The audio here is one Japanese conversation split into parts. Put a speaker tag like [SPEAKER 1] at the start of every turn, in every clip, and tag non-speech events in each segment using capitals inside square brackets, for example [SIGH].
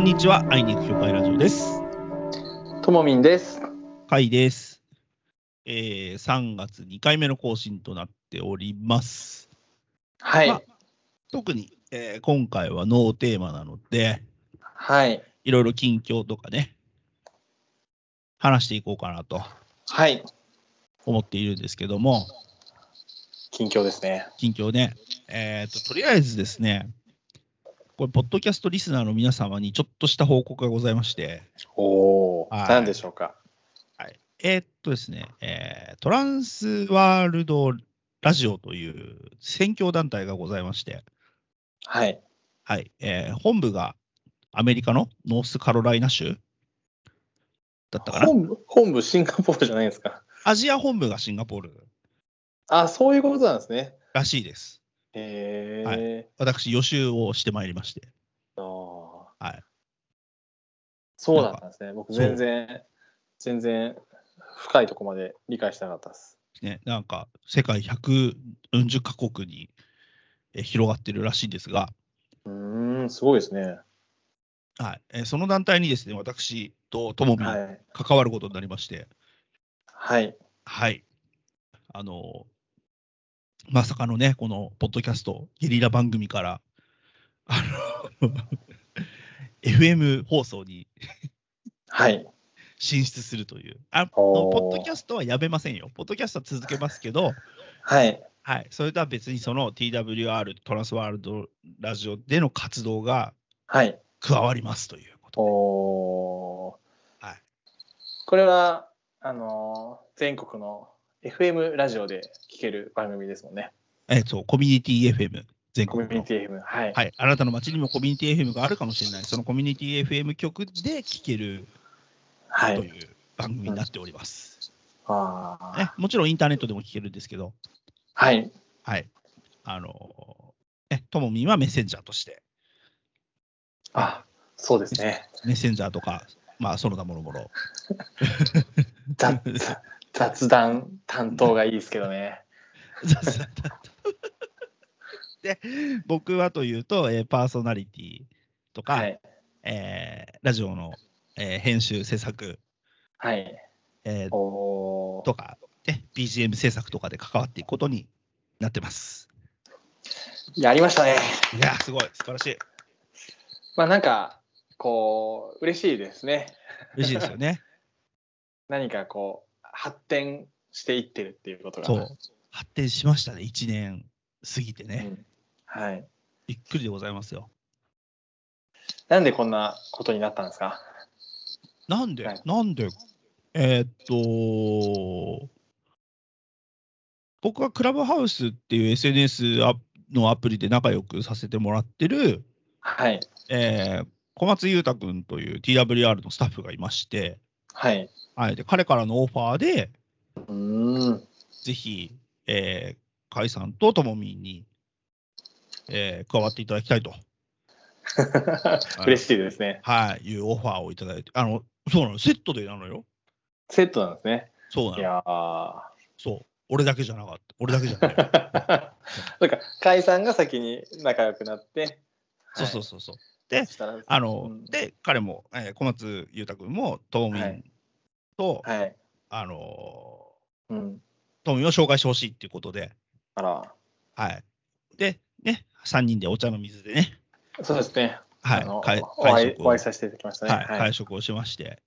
[SPEAKER 1] んにちは。会いに行く協会ラジオです。
[SPEAKER 2] ともみんです。
[SPEAKER 1] 会です。えー、3月2回目の更新となっております。
[SPEAKER 2] はい。
[SPEAKER 1] まあ特に、えー今回はノーテーマなので、
[SPEAKER 2] はい。
[SPEAKER 1] いろいろ近況とかね、話していこうかなと
[SPEAKER 2] はい。
[SPEAKER 1] 思っているんですけども、
[SPEAKER 2] 近況ですね。
[SPEAKER 1] 近況ね、えーと、とりあえずですね、これ、ポッドキャストリスナーの皆様にちょっとした報告がございまして、
[SPEAKER 2] おお、
[SPEAKER 1] はい
[SPEAKER 2] なんでしょうか。
[SPEAKER 1] えーっとですね、えートランスワールドラジオという宣教団体がございまして、
[SPEAKER 2] はい。
[SPEAKER 1] はいえー本部がアメリカのノースカロライナ州だったかな。
[SPEAKER 2] 本部、本部シンガポールじゃないですか。
[SPEAKER 1] アジア本部がシンガポール
[SPEAKER 2] あ、そういうことなんですね。
[SPEAKER 1] らしいです。
[SPEAKER 2] へえ、
[SPEAKER 1] は私、予習をしてまいりまして。
[SPEAKER 2] あー
[SPEAKER 1] はい
[SPEAKER 2] そうだったんですね。僕
[SPEAKER 1] そう
[SPEAKER 2] 全然、全然深いとこまで理解してなかったです。
[SPEAKER 1] ね、なんか世界140カ国にえー広がってるらしいんですが、
[SPEAKER 2] うーん、すごいですね。
[SPEAKER 1] はいえーその団体にですね私とともみ
[SPEAKER 2] はい。
[SPEAKER 1] 関わることになりまして、
[SPEAKER 2] はい。
[SPEAKER 1] はいあのーまさかのねこのポッドキャストゲリラ番組からあの [LAUGHS] FM 放送に
[SPEAKER 2] はい。
[SPEAKER 1] 進出するというあの
[SPEAKER 2] おー
[SPEAKER 1] ポッドキャストはやめませんよポッドキャストは続けますけど
[SPEAKER 2] はい。
[SPEAKER 1] はい、それとは別にその TWR トランスワールドラジオでの活動が
[SPEAKER 2] はい。
[SPEAKER 1] 加わりますということ
[SPEAKER 2] お
[SPEAKER 1] で
[SPEAKER 2] おー。
[SPEAKER 1] はい
[SPEAKER 2] これは、あのー全国の FM ラジオで聴ける番組ですもんね。
[SPEAKER 1] えっと、コミュニティ FM 全
[SPEAKER 2] コミ
[SPEAKER 1] 国
[SPEAKER 2] ュニ
[SPEAKER 1] の、
[SPEAKER 2] ティ FM。はい。
[SPEAKER 1] はい、あなたの街にもコミュニティ FM があるかもしれないそのコミュニティ FM 局で聴ける
[SPEAKER 2] は
[SPEAKER 1] と
[SPEAKER 2] い。
[SPEAKER 1] いう番組になっております、
[SPEAKER 2] あー
[SPEAKER 1] ね、もちろんインターネットでも聴けるんですけど
[SPEAKER 2] はい。
[SPEAKER 1] はいあのえともみんはメッセンジャーとして
[SPEAKER 2] あ、そうですね。
[SPEAKER 1] メッセンジャーとかまあその他もろもろ
[SPEAKER 2] 雑雑談担当がいいですけどね。
[SPEAKER 1] [LAUGHS] 雑談担当で僕はというと、えーパーソナリティとか、
[SPEAKER 2] はい。
[SPEAKER 1] えーラジオの、えー編集制作、
[SPEAKER 2] はい。
[SPEAKER 1] えー
[SPEAKER 2] おー
[SPEAKER 1] とか、ね、BGM 制作とかで関わっていくことになってます。
[SPEAKER 2] やりましたね。
[SPEAKER 1] いやーすごい素晴らしい
[SPEAKER 2] まあなんか、こう、嬉しいですね。
[SPEAKER 1] 嬉しいですよね。
[SPEAKER 2] 何かこう、発展していってるっていうことが。
[SPEAKER 1] そう発展しましたね1年過ぎて
[SPEAKER 2] う
[SPEAKER 1] ね
[SPEAKER 2] んはい。
[SPEAKER 1] びっくりでございますよ。
[SPEAKER 2] なんでこんなことになったんですか
[SPEAKER 1] なんで、
[SPEAKER 2] はい
[SPEAKER 1] なんで、えーっと、僕はクラブハウスっていう SNS アのアプリで仲良くさせてもらってる、
[SPEAKER 2] はい。
[SPEAKER 1] えー小松裕太君という TWR のスタッフがいまして、
[SPEAKER 2] はい。
[SPEAKER 1] はい、で彼からのオファーで、
[SPEAKER 2] うーん。
[SPEAKER 1] ぜひ、えー、甲斐さんとともみんに、えー加わっていただきたいと、
[SPEAKER 2] 嬉しいですね。
[SPEAKER 1] はい、いうオファーをいただいて、あのそうなの、セットでなのよ。
[SPEAKER 2] セットなんですね。
[SPEAKER 1] そうないの。
[SPEAKER 2] やー。 [LAUGHS]
[SPEAKER 1] そう。俺だけじゃなかった。俺だけじゃない。
[SPEAKER 2] そうか、甲斐さんが先に仲良くなって、
[SPEAKER 1] そうそう
[SPEAKER 2] そ
[SPEAKER 1] そうそう。
[SPEAKER 2] う
[SPEAKER 1] で、
[SPEAKER 2] したら
[SPEAKER 1] あの、
[SPEAKER 2] うん
[SPEAKER 1] で、彼も、えー小松裕太君も、トーミ
[SPEAKER 2] はい
[SPEAKER 1] ンと、
[SPEAKER 2] はい。
[SPEAKER 1] あの
[SPEAKER 2] うん。
[SPEAKER 1] ー、トーミンを紹介してほしいっていうことで、
[SPEAKER 2] あら、
[SPEAKER 1] はい。で、ね、3人でお茶の水でね、
[SPEAKER 2] そうですね。
[SPEAKER 1] は
[SPEAKER 2] あの
[SPEAKER 1] い、会
[SPEAKER 2] お会
[SPEAKER 1] 会
[SPEAKER 2] い
[SPEAKER 1] 食を
[SPEAKER 2] お会いさせていただきましたね。
[SPEAKER 1] はい、会食をしまして、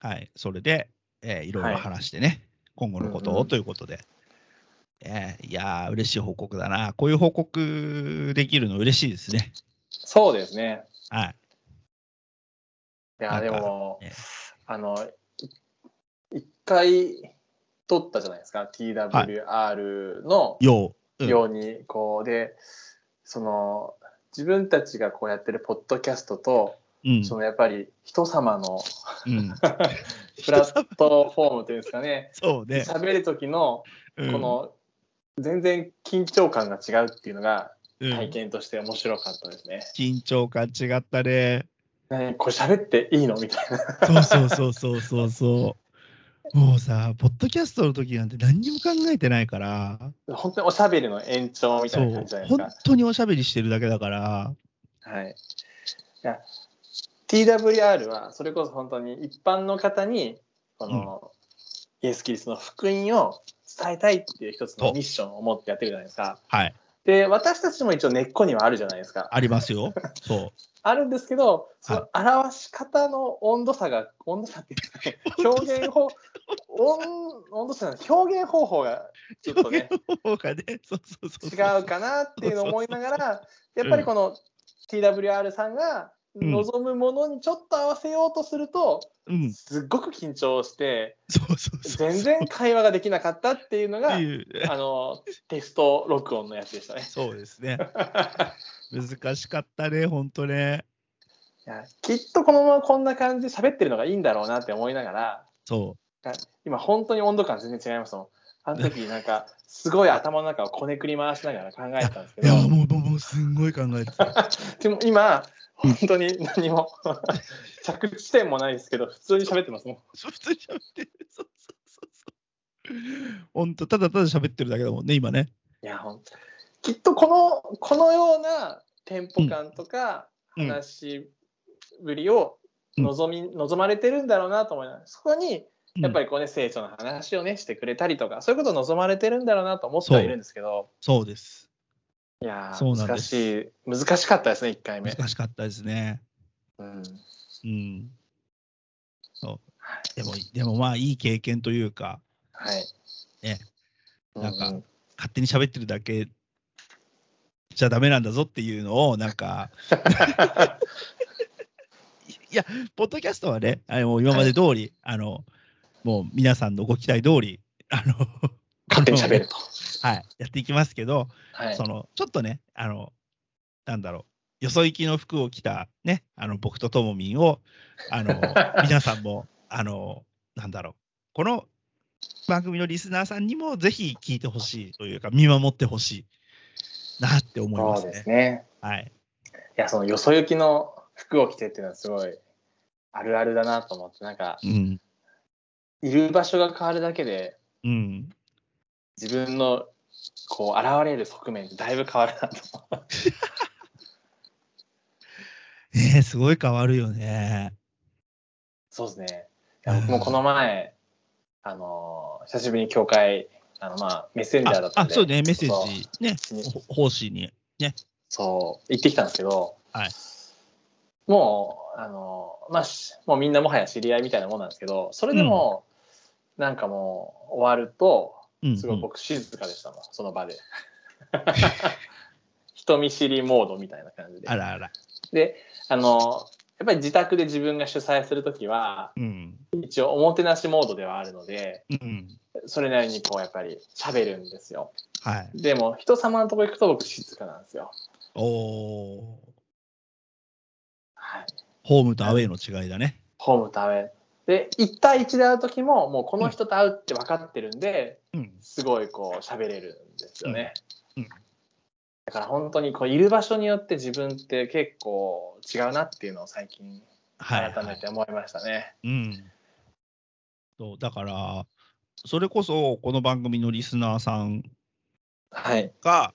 [SPEAKER 1] はい、それで、えーいろいろ話してね、今後のこと
[SPEAKER 2] うんう
[SPEAKER 1] を
[SPEAKER 2] ん
[SPEAKER 1] ということで、えーいやー、嬉しい報告だな。こういう報告できるの嬉しいですね。
[SPEAKER 2] そうですね。
[SPEAKER 1] はい。
[SPEAKER 2] いや、
[SPEAKER 1] なん
[SPEAKER 2] で
[SPEAKER 1] か
[SPEAKER 2] も
[SPEAKER 1] ね、
[SPEAKER 2] あの、い一回撮ったじゃないですか、TWR の
[SPEAKER 1] よう、うん
[SPEAKER 2] ように、こう、で、その、自分たちがこうやってるポッドキャストと、
[SPEAKER 1] うん、
[SPEAKER 2] そのやっぱり人様の
[SPEAKER 1] うん、
[SPEAKER 2] プラットフォームというんですかね、
[SPEAKER 1] そう
[SPEAKER 2] [LAUGHS]
[SPEAKER 1] ね。
[SPEAKER 2] 喋る時の
[SPEAKER 1] こ
[SPEAKER 2] この全然緊張感が違うっていうのが体
[SPEAKER 1] うん、
[SPEAKER 2] 験として面白かったですね。
[SPEAKER 1] 緊張感違ったね。
[SPEAKER 2] ねこれ喋っていいのみたいな。
[SPEAKER 1] そうそうそうそうそうそう。もうさ、ポッドキャストの時なんて何にも考えてないから、
[SPEAKER 2] 本当におしゃべりの延長みた
[SPEAKER 1] そ
[SPEAKER 2] いな
[SPEAKER 1] う
[SPEAKER 2] 感じじゃないです
[SPEAKER 1] 本
[SPEAKER 2] か。
[SPEAKER 1] 当におしゃべりしてるだけだから、
[SPEAKER 2] はい、いや TWR はそれこそ本当に一般の方にこの、イエス・キリストの福音を伝えたいっていう一つのミッションを持ってやってるじゃないですか。
[SPEAKER 1] はい。
[SPEAKER 2] で私たちも一応根っこにはあるじゃないですか。
[SPEAKER 1] あります
[SPEAKER 2] [LAUGHS]
[SPEAKER 1] よ。そ
[SPEAKER 2] あるんですけど、そ
[SPEAKER 1] は
[SPEAKER 2] の表し方の温度差が、温度差って言うとね表現方温温度差じゃない表現方法がちょっと [LAUGHS] ね、
[SPEAKER 1] う。そうかね。そうそうそう
[SPEAKER 2] 違
[SPEAKER 1] そう
[SPEAKER 2] かなっていうのを思いなが
[SPEAKER 1] [LAUGHS]
[SPEAKER 2] ら、やっぱりこの TWR さんが
[SPEAKER 1] うん
[SPEAKER 2] 望むものにちょっと合わせようとすると、
[SPEAKER 1] うん。
[SPEAKER 2] すっごく緊張して、
[SPEAKER 1] そうそうそう。
[SPEAKER 2] 全然会話ができなかったっていうの
[SPEAKER 1] っ、て
[SPEAKER 2] が
[SPEAKER 1] [LAUGHS] いう。
[SPEAKER 2] あのテスト録音のやつでしたね。 [LAUGHS]
[SPEAKER 1] そうですね。難しかったね、ほんとね。
[SPEAKER 2] いやきっとこのままこんな感じで喋ってるのがいいんだろうなって思いながら、
[SPEAKER 1] そ
[SPEAKER 2] 今本当に温度感全然違いますもん。あの時なんかすごい頭の中をこねくり回しながら考えてたんですけ
[SPEAKER 1] う。いや、
[SPEAKER 2] ど、
[SPEAKER 1] もう、もう、もうすんごい考えてた。
[SPEAKER 2] でも今本当に何も [LAUGHS] 着地点もないですけど、普通に喋ってますもん。
[SPEAKER 1] そう普通に喋ってる。そうそうそうそう。ほんと、ただただ喋ってるだけだもんね、今ね。
[SPEAKER 2] いや本当きっとこのこのようなテンポ感とか
[SPEAKER 1] うんうん
[SPEAKER 2] 話しぶりを望み、望まれてるんだろうなと思いながら、そこにやっぱ
[SPEAKER 1] り。
[SPEAKER 2] りこうね、聖書の話をね、してくれたりとか、そういうことを望まれてるんだろうなと思ってはいるんですけど、
[SPEAKER 1] そうです。
[SPEAKER 2] いやー
[SPEAKER 1] そうなんで
[SPEAKER 2] 難
[SPEAKER 1] す
[SPEAKER 2] しい、難しかったですね、1回目。
[SPEAKER 1] 難しかったですね。
[SPEAKER 2] うん、
[SPEAKER 1] うん。そう。でも、でもまあ、いい経験というか、
[SPEAKER 2] はい。
[SPEAKER 1] ねなんか
[SPEAKER 2] うう
[SPEAKER 1] 勝手に喋ってるだけじゃダメなんだぞっていうのを、なん
[SPEAKER 2] [LAUGHS]
[SPEAKER 1] か、いや、ポッドキャストはね、あれもう今まで通り、あの、もう皆さんのご期待通り、あの、
[SPEAKER 2] 勝手に喋ると。
[SPEAKER 1] [LAUGHS] はい、やっていきますけど、
[SPEAKER 2] はい
[SPEAKER 1] そ。の、ちょっとね、あの、なんだろう、よそ行きの服を着たね、あの、僕とともみんを、あ
[SPEAKER 2] [LAUGHS]
[SPEAKER 1] の、皆さんも、あの、なんだろう、この番組のリスナーさんにも、ぜひ聞いてほしいというか、見守ってほしいなって思いま
[SPEAKER 2] そ
[SPEAKER 1] す
[SPEAKER 2] う
[SPEAKER 1] ね。
[SPEAKER 2] ですね。
[SPEAKER 1] はい。
[SPEAKER 2] いや、そのよそ行きの服を着てっていうのはすごいあるあるだなと思って、なんか
[SPEAKER 1] う、ん。
[SPEAKER 2] いる場所が変わるだけで、
[SPEAKER 1] うん。
[SPEAKER 2] 自分のこう現れる側面ってだいぶ変わるなと思う。 [LAUGHS]
[SPEAKER 1] ねえすごい変わるよね。
[SPEAKER 2] そうですね。いや僕もこの前、あのー久しぶりに教会、あのまあメッセンジャーだ
[SPEAKER 1] あ
[SPEAKER 2] った
[SPEAKER 1] あ
[SPEAKER 2] ん、で、
[SPEAKER 1] そうね、メッセ
[SPEAKER 2] そ
[SPEAKER 1] ー
[SPEAKER 2] う
[SPEAKER 1] ジ、ね、
[SPEAKER 2] に
[SPEAKER 1] 奉仕に。
[SPEAKER 2] そう、行ってきたんですけど、
[SPEAKER 1] はい
[SPEAKER 2] もう、あの、まあ、しもうみんなもはや知り合いみたいなもんなんですけど、それでも、なんかもう終わると、
[SPEAKER 1] うん、
[SPEAKER 2] すごい僕静かでしたもん、その場で。 [LAUGHS] 人見知りモードみたいな感じで
[SPEAKER 1] あ。らあら。
[SPEAKER 2] で、あの、やっぱり自宅で自分が主催するときは、
[SPEAKER 1] うん。
[SPEAKER 2] 一応おもてなしモードではあるので、
[SPEAKER 1] うん。
[SPEAKER 2] それなりにこうやっぱり喋るんですよ。
[SPEAKER 1] はい。
[SPEAKER 2] でも人様のとこ行くと僕静かなんですよ。
[SPEAKER 1] おー。
[SPEAKER 2] はい。
[SPEAKER 1] ホームとアウェイの違いだね。
[SPEAKER 2] ホームとアウェイ。で、1対1で会う時も、もうこの人と会うって分かってるんで、
[SPEAKER 1] うん。
[SPEAKER 2] すごいこう喋れるんですよね。
[SPEAKER 1] うんうん
[SPEAKER 2] だから本当にこういる場所によって自分って結構違うなっていうのを最近
[SPEAKER 1] はい、
[SPEAKER 2] 改
[SPEAKER 1] は
[SPEAKER 2] め
[SPEAKER 1] い。
[SPEAKER 2] て思いましたね。
[SPEAKER 1] うん。そう、だから、それこそ、この番組のリスナーさん
[SPEAKER 2] はい。
[SPEAKER 1] が、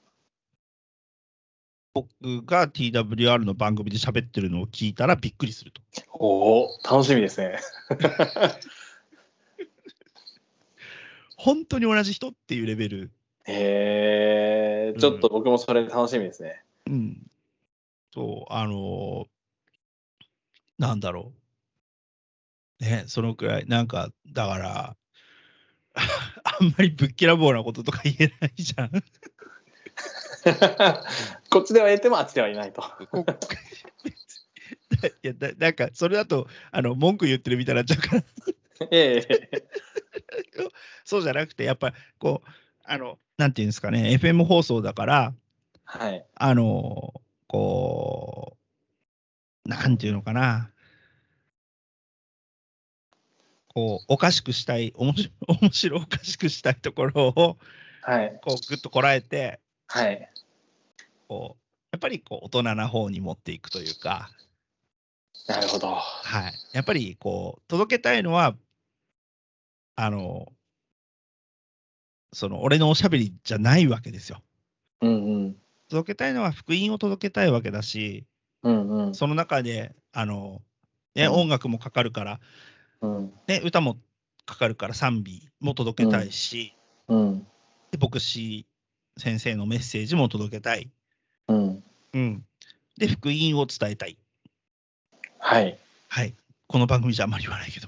[SPEAKER 1] 僕が TWR の番組で喋ってるのを聞いたらびっくりすると。
[SPEAKER 2] おお、楽しみですね。
[SPEAKER 1] 本当に同じ人っていうレベル。
[SPEAKER 2] へえちょっと僕もそれ楽しみですね。
[SPEAKER 1] うん。そう、あのーなんだろう。ね、そのくらい、なんか、だから、 [LAUGHS] あんまりぶっきらぼうなこととか言えないじゃん。
[SPEAKER 2] [LAUGHS] こっちでは言ってもあっちではいないと。
[SPEAKER 1] こいやだなんかそれだとあの文句言ってるみたいになっちゃうから [LAUGHS]
[SPEAKER 2] ええ
[SPEAKER 1] そうじゃなくてやっぱこうあのなんていうんですかね FM 放送だから
[SPEAKER 2] はい。
[SPEAKER 1] あのこうなんていうのかなこうおかしくしたい面白 [LAUGHS] 面白おかしくしたいところをこ
[SPEAKER 2] はい。
[SPEAKER 1] うぐっとこらえて
[SPEAKER 2] はい。
[SPEAKER 1] こうやっぱりこう大人な方に持っていくというか。
[SPEAKER 2] なるほど。
[SPEAKER 1] はい、やっぱりこう届けたいのはあのその俺のおしゃべりじゃないわけですよ。
[SPEAKER 2] うんうん。
[SPEAKER 1] 届けたいのは福音を届けたいわけだし
[SPEAKER 2] うんうん。
[SPEAKER 1] その中であのね、
[SPEAKER 2] うん
[SPEAKER 1] 音楽もかかるから、
[SPEAKER 2] うん。
[SPEAKER 1] ね、歌もかかるから賛美も届けたいし、
[SPEAKER 2] うん。
[SPEAKER 1] で牧師先生のメッセージも届けたい、
[SPEAKER 2] うん。
[SPEAKER 1] うん、で福音を伝えたい、
[SPEAKER 2] はい。
[SPEAKER 1] はい、この番組じゃあんまり言わないけ
[SPEAKER 2] [LAUGHS]
[SPEAKER 1] ど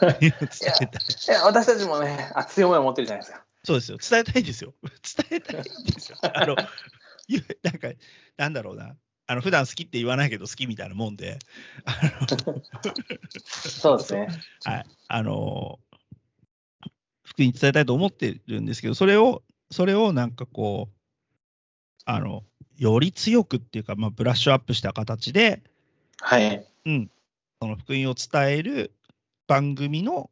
[SPEAKER 1] 伝えたい
[SPEAKER 2] いや私たちもね、熱い思いを持ってるじゃないですか。
[SPEAKER 1] そうですよ伝えたいですよ [LAUGHS] 伝えたいんですよあのゆなんかなんだろうなあの普段好きって言わないけど好きみたいなもんで
[SPEAKER 2] そうですね。
[SPEAKER 1] はい、あの福音伝えたいと思ってるんですけど、それを、それをなんかこう、あの、より強くっていうか、まあ、ブラッシュアップした形で、
[SPEAKER 2] はい。
[SPEAKER 1] その福音を伝える番組の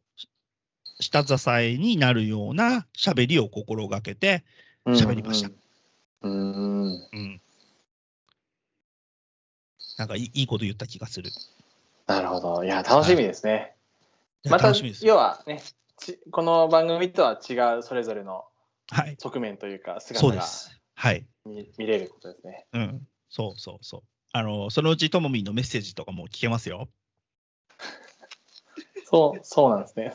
[SPEAKER 1] 下支えになるような喋りを心がけて、喋りました
[SPEAKER 2] うん。うん。
[SPEAKER 1] うん。なんかいいいいこと言った気がする。
[SPEAKER 2] なるほど。いや、楽しみですね。
[SPEAKER 1] いや
[SPEAKER 2] また、
[SPEAKER 1] 楽しみですよ。
[SPEAKER 2] 要はね、ちこの番組とは違うそれぞれの
[SPEAKER 1] はい、
[SPEAKER 2] 側面というか、
[SPEAKER 1] そう
[SPEAKER 2] 姿
[SPEAKER 1] で
[SPEAKER 2] が
[SPEAKER 1] す。はい。
[SPEAKER 2] 見見れることですね。
[SPEAKER 1] うん、そうそうそう。あの、そのうちともみんのメッセージとかも聞けますよ。 [LAUGHS]
[SPEAKER 2] そう、そうなんですね。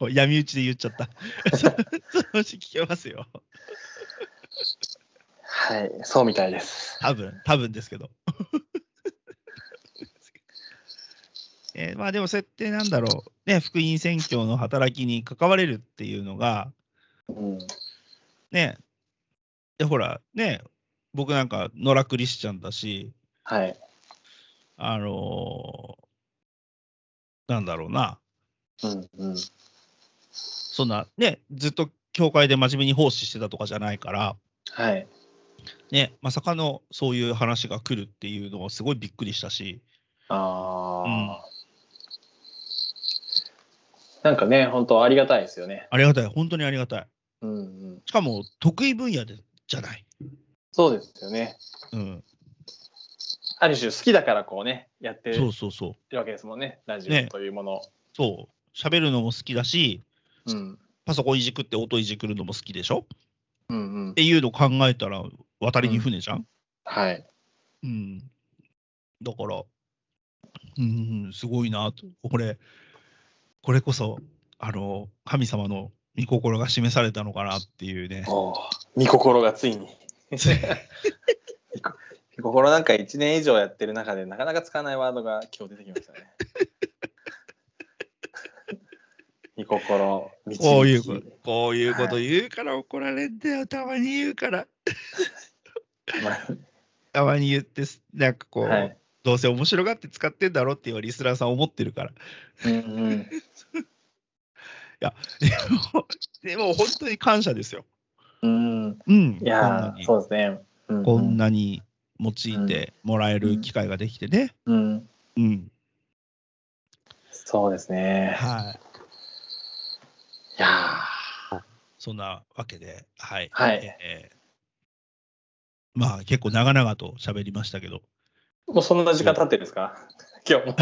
[SPEAKER 1] もう闇討ちで言っちゃった。 [LAUGHS] そのうち聞けますよ。
[SPEAKER 2] はい、そうみたいです。
[SPEAKER 1] 多分、多分ですけど。 [LAUGHS] えーまあでもそうやってなんだろう、ね、福音宣教の働きに関われるっていうのが、
[SPEAKER 2] うん。
[SPEAKER 1] ね、でほら、ね、僕なんか野良クリスチャンだし、
[SPEAKER 2] はい。
[SPEAKER 1] あのーなんだろうな、
[SPEAKER 2] うんうん。
[SPEAKER 1] そんな、ね、ずっと教会で真面目に奉仕してたとかじゃないから、
[SPEAKER 2] はい。
[SPEAKER 1] ね、まさかのそういう話が来るっていうのはすごいびっくりしたし、
[SPEAKER 2] あ
[SPEAKER 1] う
[SPEAKER 2] あ、
[SPEAKER 1] ん
[SPEAKER 2] なんかね、本当ありがたいですよね。
[SPEAKER 1] ありがたい、本当にありがたい。
[SPEAKER 2] うんうん。
[SPEAKER 1] しかも得意分野でじゃない。
[SPEAKER 2] そうですよね。
[SPEAKER 1] うん、
[SPEAKER 2] ある種好きだからこうね、やって
[SPEAKER 1] そう
[SPEAKER 2] る
[SPEAKER 1] そうそう。
[SPEAKER 2] わけですもんね、ラジ
[SPEAKER 1] ね
[SPEAKER 2] オというものを。
[SPEAKER 1] そう、喋るのも好きだし、
[SPEAKER 2] うん。
[SPEAKER 1] パソコンいじくって音いじくるのも好きでしょっ
[SPEAKER 2] うんうん
[SPEAKER 1] て。いうのを考えたら渡りに船じゃん。
[SPEAKER 2] はい。
[SPEAKER 1] うん。だから、うん、すごいなと。これ、これこそ、あの、神様の御心が示されたのかなっていうね。
[SPEAKER 2] おお、見心がついに。見心なんか1年以上やってる中で、なかなか使わないワードが今日出てきました [LAUGHS] ね。見心、導き
[SPEAKER 1] こういうこと、こういうこと言うから怒られんだよ、たまに言うから。
[SPEAKER 2] まあ
[SPEAKER 1] たまに言ってす、なんかこう、
[SPEAKER 2] はい。
[SPEAKER 1] どうせ面白がって使ってんだろうっていうリスナーさん思ってる [LAUGHS] から。
[SPEAKER 2] うんうん。
[SPEAKER 1] でも、でも本当に感謝ですよ。
[SPEAKER 2] うん、
[SPEAKER 1] うん。
[SPEAKER 2] いやー、そうですね。うんうん
[SPEAKER 1] こんなに、こんなに用いてもらえる機会ができてね。
[SPEAKER 2] うん、
[SPEAKER 1] うん。
[SPEAKER 2] そうですね。
[SPEAKER 1] はい。
[SPEAKER 2] いやー
[SPEAKER 1] そんなわけで、はい。
[SPEAKER 2] はい
[SPEAKER 1] えーまあ結構長々と喋りましたけど、
[SPEAKER 2] もうそんな時間経ってるんですか今日も。
[SPEAKER 1] い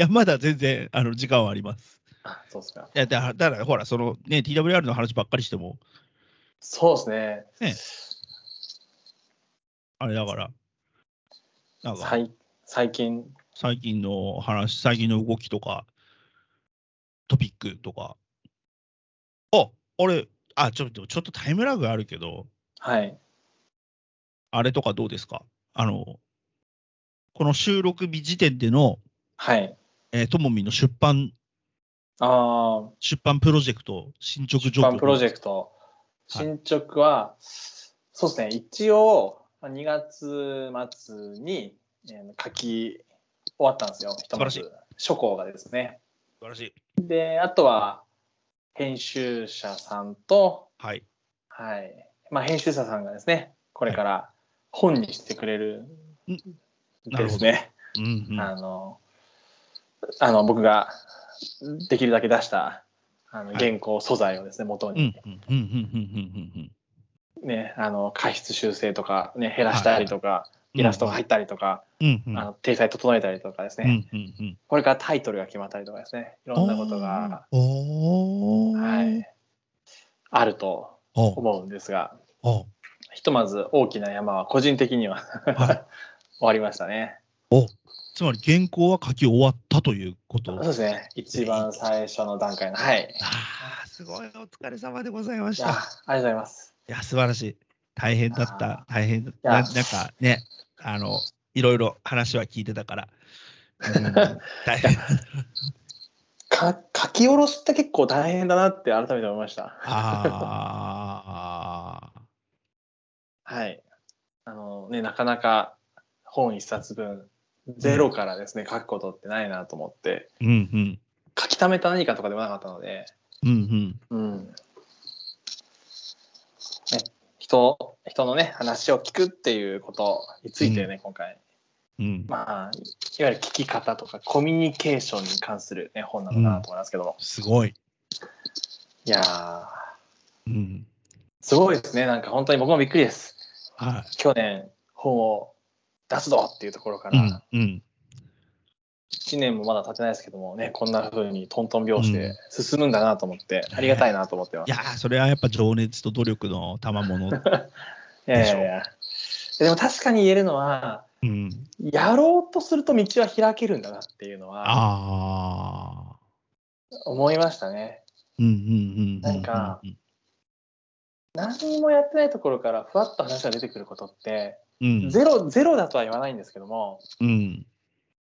[SPEAKER 1] や、まだ全然あの時間はあります。
[SPEAKER 2] あそうですか。
[SPEAKER 1] いやだだからほら、そのね、TWR の話ばっかりしても、
[SPEAKER 2] そうですね。
[SPEAKER 1] あれだから、なんか
[SPEAKER 2] 最最近、
[SPEAKER 1] 最近の話、最近の動きとか、トピックとか。あ、あれ、あ、ちょっと、ちょっとタイムラグあるけど、
[SPEAKER 2] はい。
[SPEAKER 1] あれとかどうですかあの、この収録日時点での、
[SPEAKER 2] はい。
[SPEAKER 1] えーともみんの出版、
[SPEAKER 2] ああ、
[SPEAKER 1] 出版プロジェクト、進捗
[SPEAKER 2] 出
[SPEAKER 1] 状況。
[SPEAKER 2] 版プロジェクト、
[SPEAKER 1] はい
[SPEAKER 2] 進捗は、そうですね、一応、まあ2月末に、えー書き終わったんですよ、ひとま
[SPEAKER 1] 素
[SPEAKER 2] ず。書稿がですね。
[SPEAKER 1] 素晴らしい。
[SPEAKER 2] で、あとは、編集者さんと、
[SPEAKER 1] はい。
[SPEAKER 2] はい。まあ、編集者さんがですね、これから本にしてくれる
[SPEAKER 1] うんなるほ
[SPEAKER 2] です
[SPEAKER 1] ど
[SPEAKER 2] ね。
[SPEAKER 1] うんうん。
[SPEAKER 2] あの、あの、僕ができるだけ出した、あの、
[SPEAKER 1] はい
[SPEAKER 2] 原稿素材をですね、元
[SPEAKER 1] うん
[SPEAKER 2] に、
[SPEAKER 1] うんうんうんうん
[SPEAKER 2] ね、あの、過失修正とか、ね、減らしたりとか、イラストが入ったりとか、
[SPEAKER 1] うんう
[SPEAKER 2] あ
[SPEAKER 1] ん。
[SPEAKER 2] の、体裁整えたりとかです
[SPEAKER 1] う
[SPEAKER 2] ね、
[SPEAKER 1] んうんうん。
[SPEAKER 2] これからタイトルが決まったりとかですね、いろんなことが、
[SPEAKER 1] おー。
[SPEAKER 2] はい、あると
[SPEAKER 1] お
[SPEAKER 2] 思うんですが、
[SPEAKER 1] お
[SPEAKER 2] ひとまず大きな山は個人的には [LAUGHS]
[SPEAKER 1] はい
[SPEAKER 2] 終わりましたね。
[SPEAKER 1] おつまり原稿は書き終わったということ。
[SPEAKER 2] そうですね。一番最初の段階の。はい。
[SPEAKER 1] ああ、すごい、お疲れ様でございまし
[SPEAKER 2] いや、
[SPEAKER 1] た。
[SPEAKER 2] ありがとうございます。
[SPEAKER 1] いや、素晴らしい。大変だっ
[SPEAKER 2] あ
[SPEAKER 1] た。大変だ
[SPEAKER 2] いや
[SPEAKER 1] な。なんかね、あの、いろいろ話は聞いてたから。
[SPEAKER 2] [LAUGHS]
[SPEAKER 1] うん大変。
[SPEAKER 2] か書き下ろしって結構大変だなって改めて思いました。
[SPEAKER 1] ああ。
[SPEAKER 2] はい。あのね、なかなか本一冊分、ゼロからですね、書くことってないなと思って、
[SPEAKER 1] うんうん。
[SPEAKER 2] 書き溜めた何かとかでもなかったので、
[SPEAKER 1] うんうん。
[SPEAKER 2] うん。ね、人、人のね、話を聞くっていうことについてね、今回、
[SPEAKER 1] うん。
[SPEAKER 2] まあ、いわゆる聞き方とかコミュニケーションに関する、ね、本なのかなと思いますけども、
[SPEAKER 1] すごい。
[SPEAKER 2] いや
[SPEAKER 1] う
[SPEAKER 2] ー、
[SPEAKER 1] ん。
[SPEAKER 2] すごいですね。なんか本当に僕もびっくりです。
[SPEAKER 1] は
[SPEAKER 2] 去年、本を出すぞっていうところか
[SPEAKER 1] い。う
[SPEAKER 2] ら、
[SPEAKER 1] んうん。
[SPEAKER 2] 1年もまだ経ってないですけどもね、こんな風にトントン拍子
[SPEAKER 1] う
[SPEAKER 2] で
[SPEAKER 1] ん
[SPEAKER 2] 進むんだなと思って、ありがたいなと思ってま
[SPEAKER 1] い
[SPEAKER 2] す。
[SPEAKER 1] やー、それはやっぱ情熱と努力の賜物。
[SPEAKER 2] いやいやいやでも確かに言えるのは、
[SPEAKER 1] うん。
[SPEAKER 2] やろうとすると道は開けるんだなっていうのは
[SPEAKER 1] ああ。
[SPEAKER 2] 思いましたね。
[SPEAKER 1] うんうんうん。
[SPEAKER 2] なんか
[SPEAKER 1] うん
[SPEAKER 2] 何にもやってないところからふわっと話が出てくることって、
[SPEAKER 1] うん。
[SPEAKER 2] ゼロ、ゼロだとは言わないんですけども、
[SPEAKER 1] うん。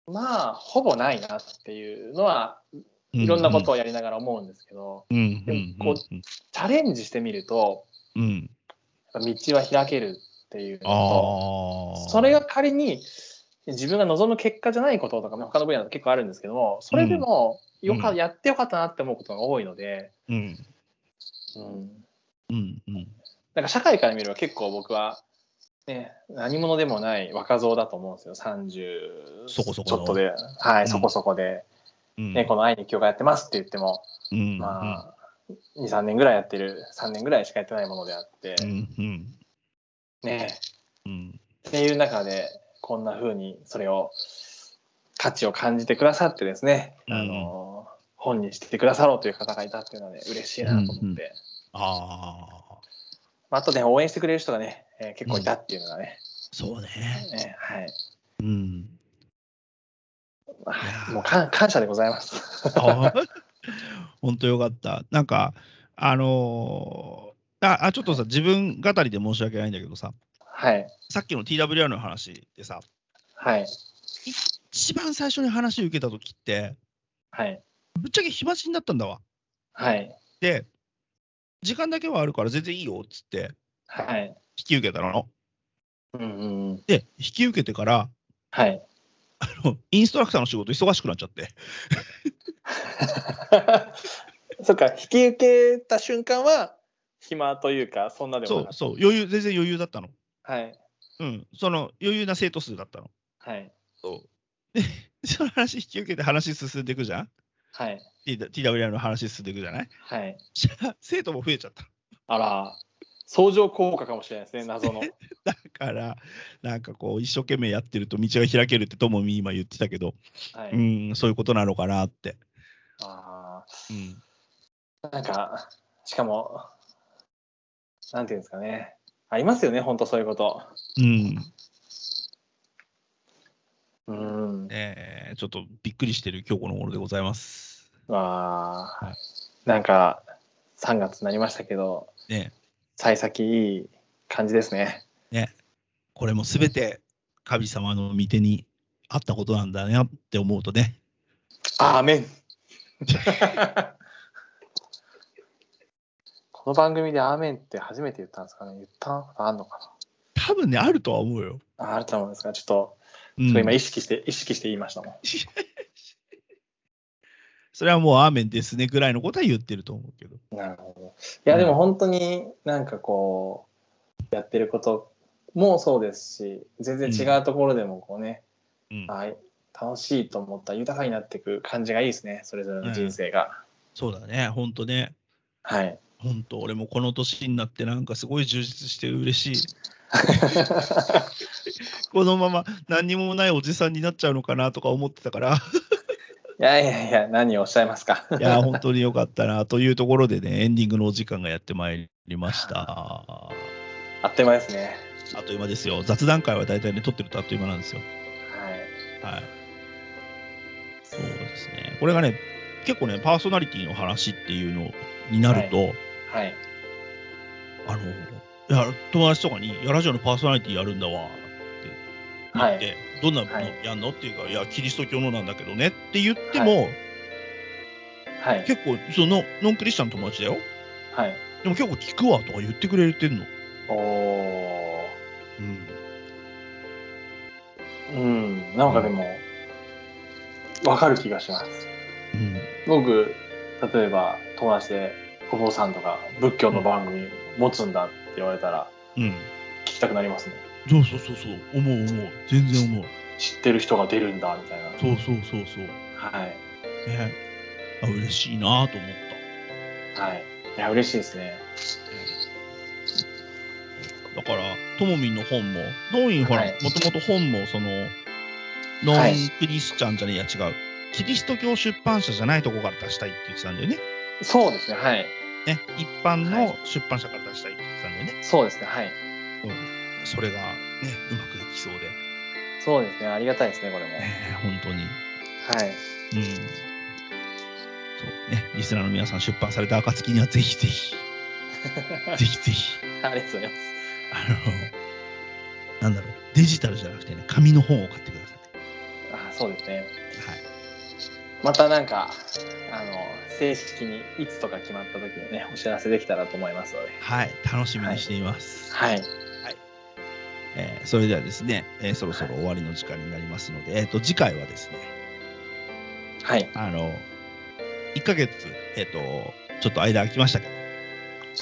[SPEAKER 2] まあ、ほぼないなっていうのは、
[SPEAKER 1] い
[SPEAKER 2] いろんなことをやりながら思うんですけど、
[SPEAKER 1] うんうん
[SPEAKER 2] こチャレンジしてみると、
[SPEAKER 1] うんうん。
[SPEAKER 2] やっぱ道は開けるっていうのと、
[SPEAKER 1] ああ。
[SPEAKER 2] それが仮に自分が望む結果じゃないこととかね、他の分野だと結構あるんですけども、それでもよか、
[SPEAKER 1] うん
[SPEAKER 2] やってよかったなって思うことが多いので、
[SPEAKER 1] うん。
[SPEAKER 2] うん、
[SPEAKER 1] うんうん。
[SPEAKER 2] なんか社会から見れば結構僕は、ね、何者でもない若造だと思うんですよ、30
[SPEAKER 1] そこそこ
[SPEAKER 2] ち
[SPEAKER 1] の
[SPEAKER 2] ょっとで、はい、
[SPEAKER 1] うん
[SPEAKER 2] そこそこで、
[SPEAKER 1] うん
[SPEAKER 2] ね、この愛に今日がやってますって言っても、
[SPEAKER 1] うん
[SPEAKER 2] まあ、2、3年ぐらいやってる、3年ぐらいしかやってないものであって、
[SPEAKER 1] うんうん
[SPEAKER 2] ね、
[SPEAKER 1] うん
[SPEAKER 2] っていう中でこんな風にそれを価値を感じてくださってですね、
[SPEAKER 1] うん
[SPEAKER 2] あの本にしてくださろうという方がいたっていうのはね嬉しいなと思って、
[SPEAKER 1] うんうんああ。
[SPEAKER 2] まあ、あとね応援してくれる人がね、えー結構いたっていうのがね、
[SPEAKER 1] そうね。
[SPEAKER 2] えーはい
[SPEAKER 1] うん。
[SPEAKER 2] ま
[SPEAKER 1] いや
[SPEAKER 2] あ
[SPEAKER 1] ー
[SPEAKER 2] もうかん感謝でございます
[SPEAKER 1] あー [LAUGHS] 本当よかった。なんか、あのーああ、ちょっとさ、自分語りで申し訳ないんだけどさ、
[SPEAKER 2] [LAUGHS] はい
[SPEAKER 1] さっきの TWR の話でさ、
[SPEAKER 2] はい
[SPEAKER 1] 一番最初に話受けた時って、
[SPEAKER 2] はい
[SPEAKER 1] ぶっちゃけ暇人だったんだわ。
[SPEAKER 2] はい
[SPEAKER 1] で、時間だけはあるから全然いいよっつって、
[SPEAKER 2] はい
[SPEAKER 1] 引き受けたの。
[SPEAKER 2] うんうんうん
[SPEAKER 1] で、引き受けてから、 [LAUGHS]
[SPEAKER 2] はい [LAUGHS]
[SPEAKER 1] インストラクターの仕事忙しくなっちゃって。
[SPEAKER 2] そっか引き受けた瞬間は暇というかそんなでも
[SPEAKER 1] そ
[SPEAKER 2] な
[SPEAKER 1] う
[SPEAKER 2] かった
[SPEAKER 1] そう、余裕、全然余裕だったの。
[SPEAKER 2] はい
[SPEAKER 1] うん、その余裕な生徒数だったの。
[SPEAKER 2] はい
[SPEAKER 1] で、その話引き受けて話進んでいくじゃん
[SPEAKER 2] はい
[SPEAKER 1] T- ?TWR の話進んでいくじゃない [LAUGHS]
[SPEAKER 2] はい
[SPEAKER 1] じゃあ生徒も増えちゃった。 [LAUGHS]
[SPEAKER 2] あら、相乗効果かもしれないですね、
[SPEAKER 1] [LAUGHS]
[SPEAKER 2] 謎の。
[SPEAKER 1] だから、なんかこう、一生懸命やってると道が開けるってともみ今言ってたけど、
[SPEAKER 2] はい
[SPEAKER 1] うん、そういうことなのかなって。
[SPEAKER 2] あ
[SPEAKER 1] うん、
[SPEAKER 2] ーなんか、しかも、なんていうんですかね、ありますよね、本当そういうこと。
[SPEAKER 1] うん
[SPEAKER 2] うん。
[SPEAKER 1] えーちょっとびっくりしてる今日この頃でございます。
[SPEAKER 2] わー
[SPEAKER 1] はい
[SPEAKER 2] なんか、3月になりましたけど、
[SPEAKER 1] ね
[SPEAKER 2] 幸先いい感じですね。
[SPEAKER 1] これもすべて神様の御手にあったことなんだなって思うとね、
[SPEAKER 2] ア
[SPEAKER 1] [LAUGHS]
[SPEAKER 2] ーメンこの番組でアーメンって初めて言ったんですかね言ったことあんのか
[SPEAKER 1] 多分ね、あるとは思うよ。
[SPEAKER 2] なああると思うんですが、ちょっと、
[SPEAKER 1] う
[SPEAKER 2] ちょっ
[SPEAKER 1] ん
[SPEAKER 2] と今意識して、意識して言いましたもん。
[SPEAKER 1] それはもうアーメンですねぐらいのことは言ってると思うけど。
[SPEAKER 2] なるほど。いや、でも本当になんかこう、やってることもそうですし、全然違うところでもこうね、
[SPEAKER 1] うん、
[SPEAKER 2] はい、楽しいと思ったら豊かになっていく感じがいいですね、それぞれの人生が。
[SPEAKER 1] そうだね、本当ね。
[SPEAKER 2] はい。 [LAUGHS]
[SPEAKER 1] 本当俺もこの年になってなんかすごい充実して嬉しい。このまま何にもないおじさんになっちゃうのかなとか思ってた
[SPEAKER 2] [LAUGHS]
[SPEAKER 1] から、
[SPEAKER 2] いやいやいや、何をおっしゃいますか。
[SPEAKER 1] いや、本当に良かったなというところでね、エンディングのお時間がやってまいりました。あ
[SPEAKER 2] あっという間ですね。
[SPEAKER 1] っという間ですよ。雑談会は大体ね、撮ってるとあっという間なんですよ。
[SPEAKER 2] はい。
[SPEAKER 1] はい。そうですね。これがね、結構ね、パーソナリティの話っていうのになると、
[SPEAKER 2] はい。
[SPEAKER 1] あの、いや、友達とかに、いや、ラジオのパーソナリティやるんだわって言って、
[SPEAKER 2] は
[SPEAKER 1] どんなの
[SPEAKER 2] はい
[SPEAKER 1] やんのっていうか、いや、キリスト教のなんだけどねって言っても、
[SPEAKER 2] はい。
[SPEAKER 1] 結構、その、ノンクリスチャンの友達だよ。
[SPEAKER 2] はい。
[SPEAKER 1] でも結構聞くわとか言ってくれてんの。
[SPEAKER 2] おー。
[SPEAKER 1] うん。
[SPEAKER 2] うん。なんかでも、わかる気がします。
[SPEAKER 1] うん。
[SPEAKER 2] 僕、例えば友達で、お坊さんとか仏教の番組持つんだって言われたら、
[SPEAKER 1] うん。
[SPEAKER 2] 聞きたくなりますね。
[SPEAKER 1] そうそうそうそう。思う思う。全然思う。
[SPEAKER 2] 知ってる人が出るんだ、みたいな。
[SPEAKER 1] そうそうそうそう。
[SPEAKER 2] はい。
[SPEAKER 1] ね。あ、嬉しいなと思っ
[SPEAKER 2] はい。いや、嬉しいですね。
[SPEAKER 1] た。だから、ともみんの本も、ノインほら
[SPEAKER 2] はい、
[SPEAKER 1] もともと本も、その、ノ
[SPEAKER 2] はい
[SPEAKER 1] ンクリスチャンじゃねえや、違う。キリスト教出版社じゃないとこから出したいって言ってたんだよね。
[SPEAKER 2] そうですね、はい。
[SPEAKER 1] ね。一般
[SPEAKER 2] は
[SPEAKER 1] の
[SPEAKER 2] い
[SPEAKER 1] 出版社から出したいって言ってたんだよね。
[SPEAKER 2] そうですね、はい。
[SPEAKER 1] うんそれが、ね、うまくいきそうで。
[SPEAKER 2] そうですね、ありがたいですね、これも。
[SPEAKER 1] ね本当に。
[SPEAKER 2] はい。
[SPEAKER 1] うん。そうね。リスナーの皆さん出版された暁にはぜひぜ
[SPEAKER 2] [LAUGHS]
[SPEAKER 1] ひ、ぜひぜひ、
[SPEAKER 2] ありがとうございます。
[SPEAKER 1] あの、なんだろう、デジタルじゃなくてね、紙の本を買ってくださ
[SPEAKER 2] あそうですね。
[SPEAKER 1] い。はい。
[SPEAKER 2] またなんか、あの、正式にいつとか決まった時にね、お知らせできたらと思いますので。
[SPEAKER 1] はい。楽しみにしています。
[SPEAKER 2] は
[SPEAKER 1] え
[SPEAKER 2] い。
[SPEAKER 1] ーそれではですね、えーそろそろ終わりの時間になりますので、えっ、と、次回はですね、
[SPEAKER 2] はい。
[SPEAKER 1] あの、1ヶ月、えっ、と、ちょっと間空きましたけど、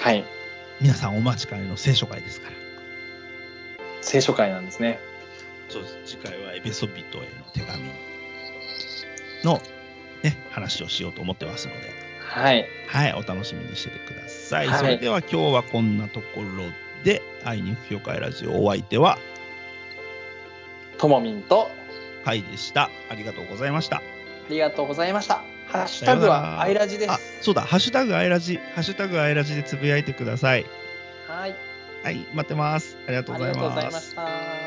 [SPEAKER 2] はい。
[SPEAKER 1] 皆さんお待ちかねの聖書会ですから。
[SPEAKER 2] 聖書会なんですね。
[SPEAKER 1] そうです。次回はエペソビトへの手紙の、ね、話をしようと思ってますので、
[SPEAKER 2] はい。
[SPEAKER 1] はい、お楽しみにしててください。
[SPEAKER 2] はい
[SPEAKER 1] それでは今日はこんなところで、愛に不協会ラジオお相手は、
[SPEAKER 2] ともみんと、
[SPEAKER 1] カイでした。ありがとうございました。
[SPEAKER 2] ありがとうございました。ハッシュタグ
[SPEAKER 1] さようなら
[SPEAKER 2] はアイラジで
[SPEAKER 1] あ、
[SPEAKER 2] す。
[SPEAKER 1] そうだ、ハッシュタグアイラジ、ハッシュタグアイラジでつぶやいてください。
[SPEAKER 2] はい。
[SPEAKER 1] はい、待ってます。ありがとう
[SPEAKER 2] あ
[SPEAKER 1] ご
[SPEAKER 2] り
[SPEAKER 1] ざ
[SPEAKER 2] が
[SPEAKER 1] い
[SPEAKER 2] とうござい
[SPEAKER 1] ま。
[SPEAKER 2] ますした。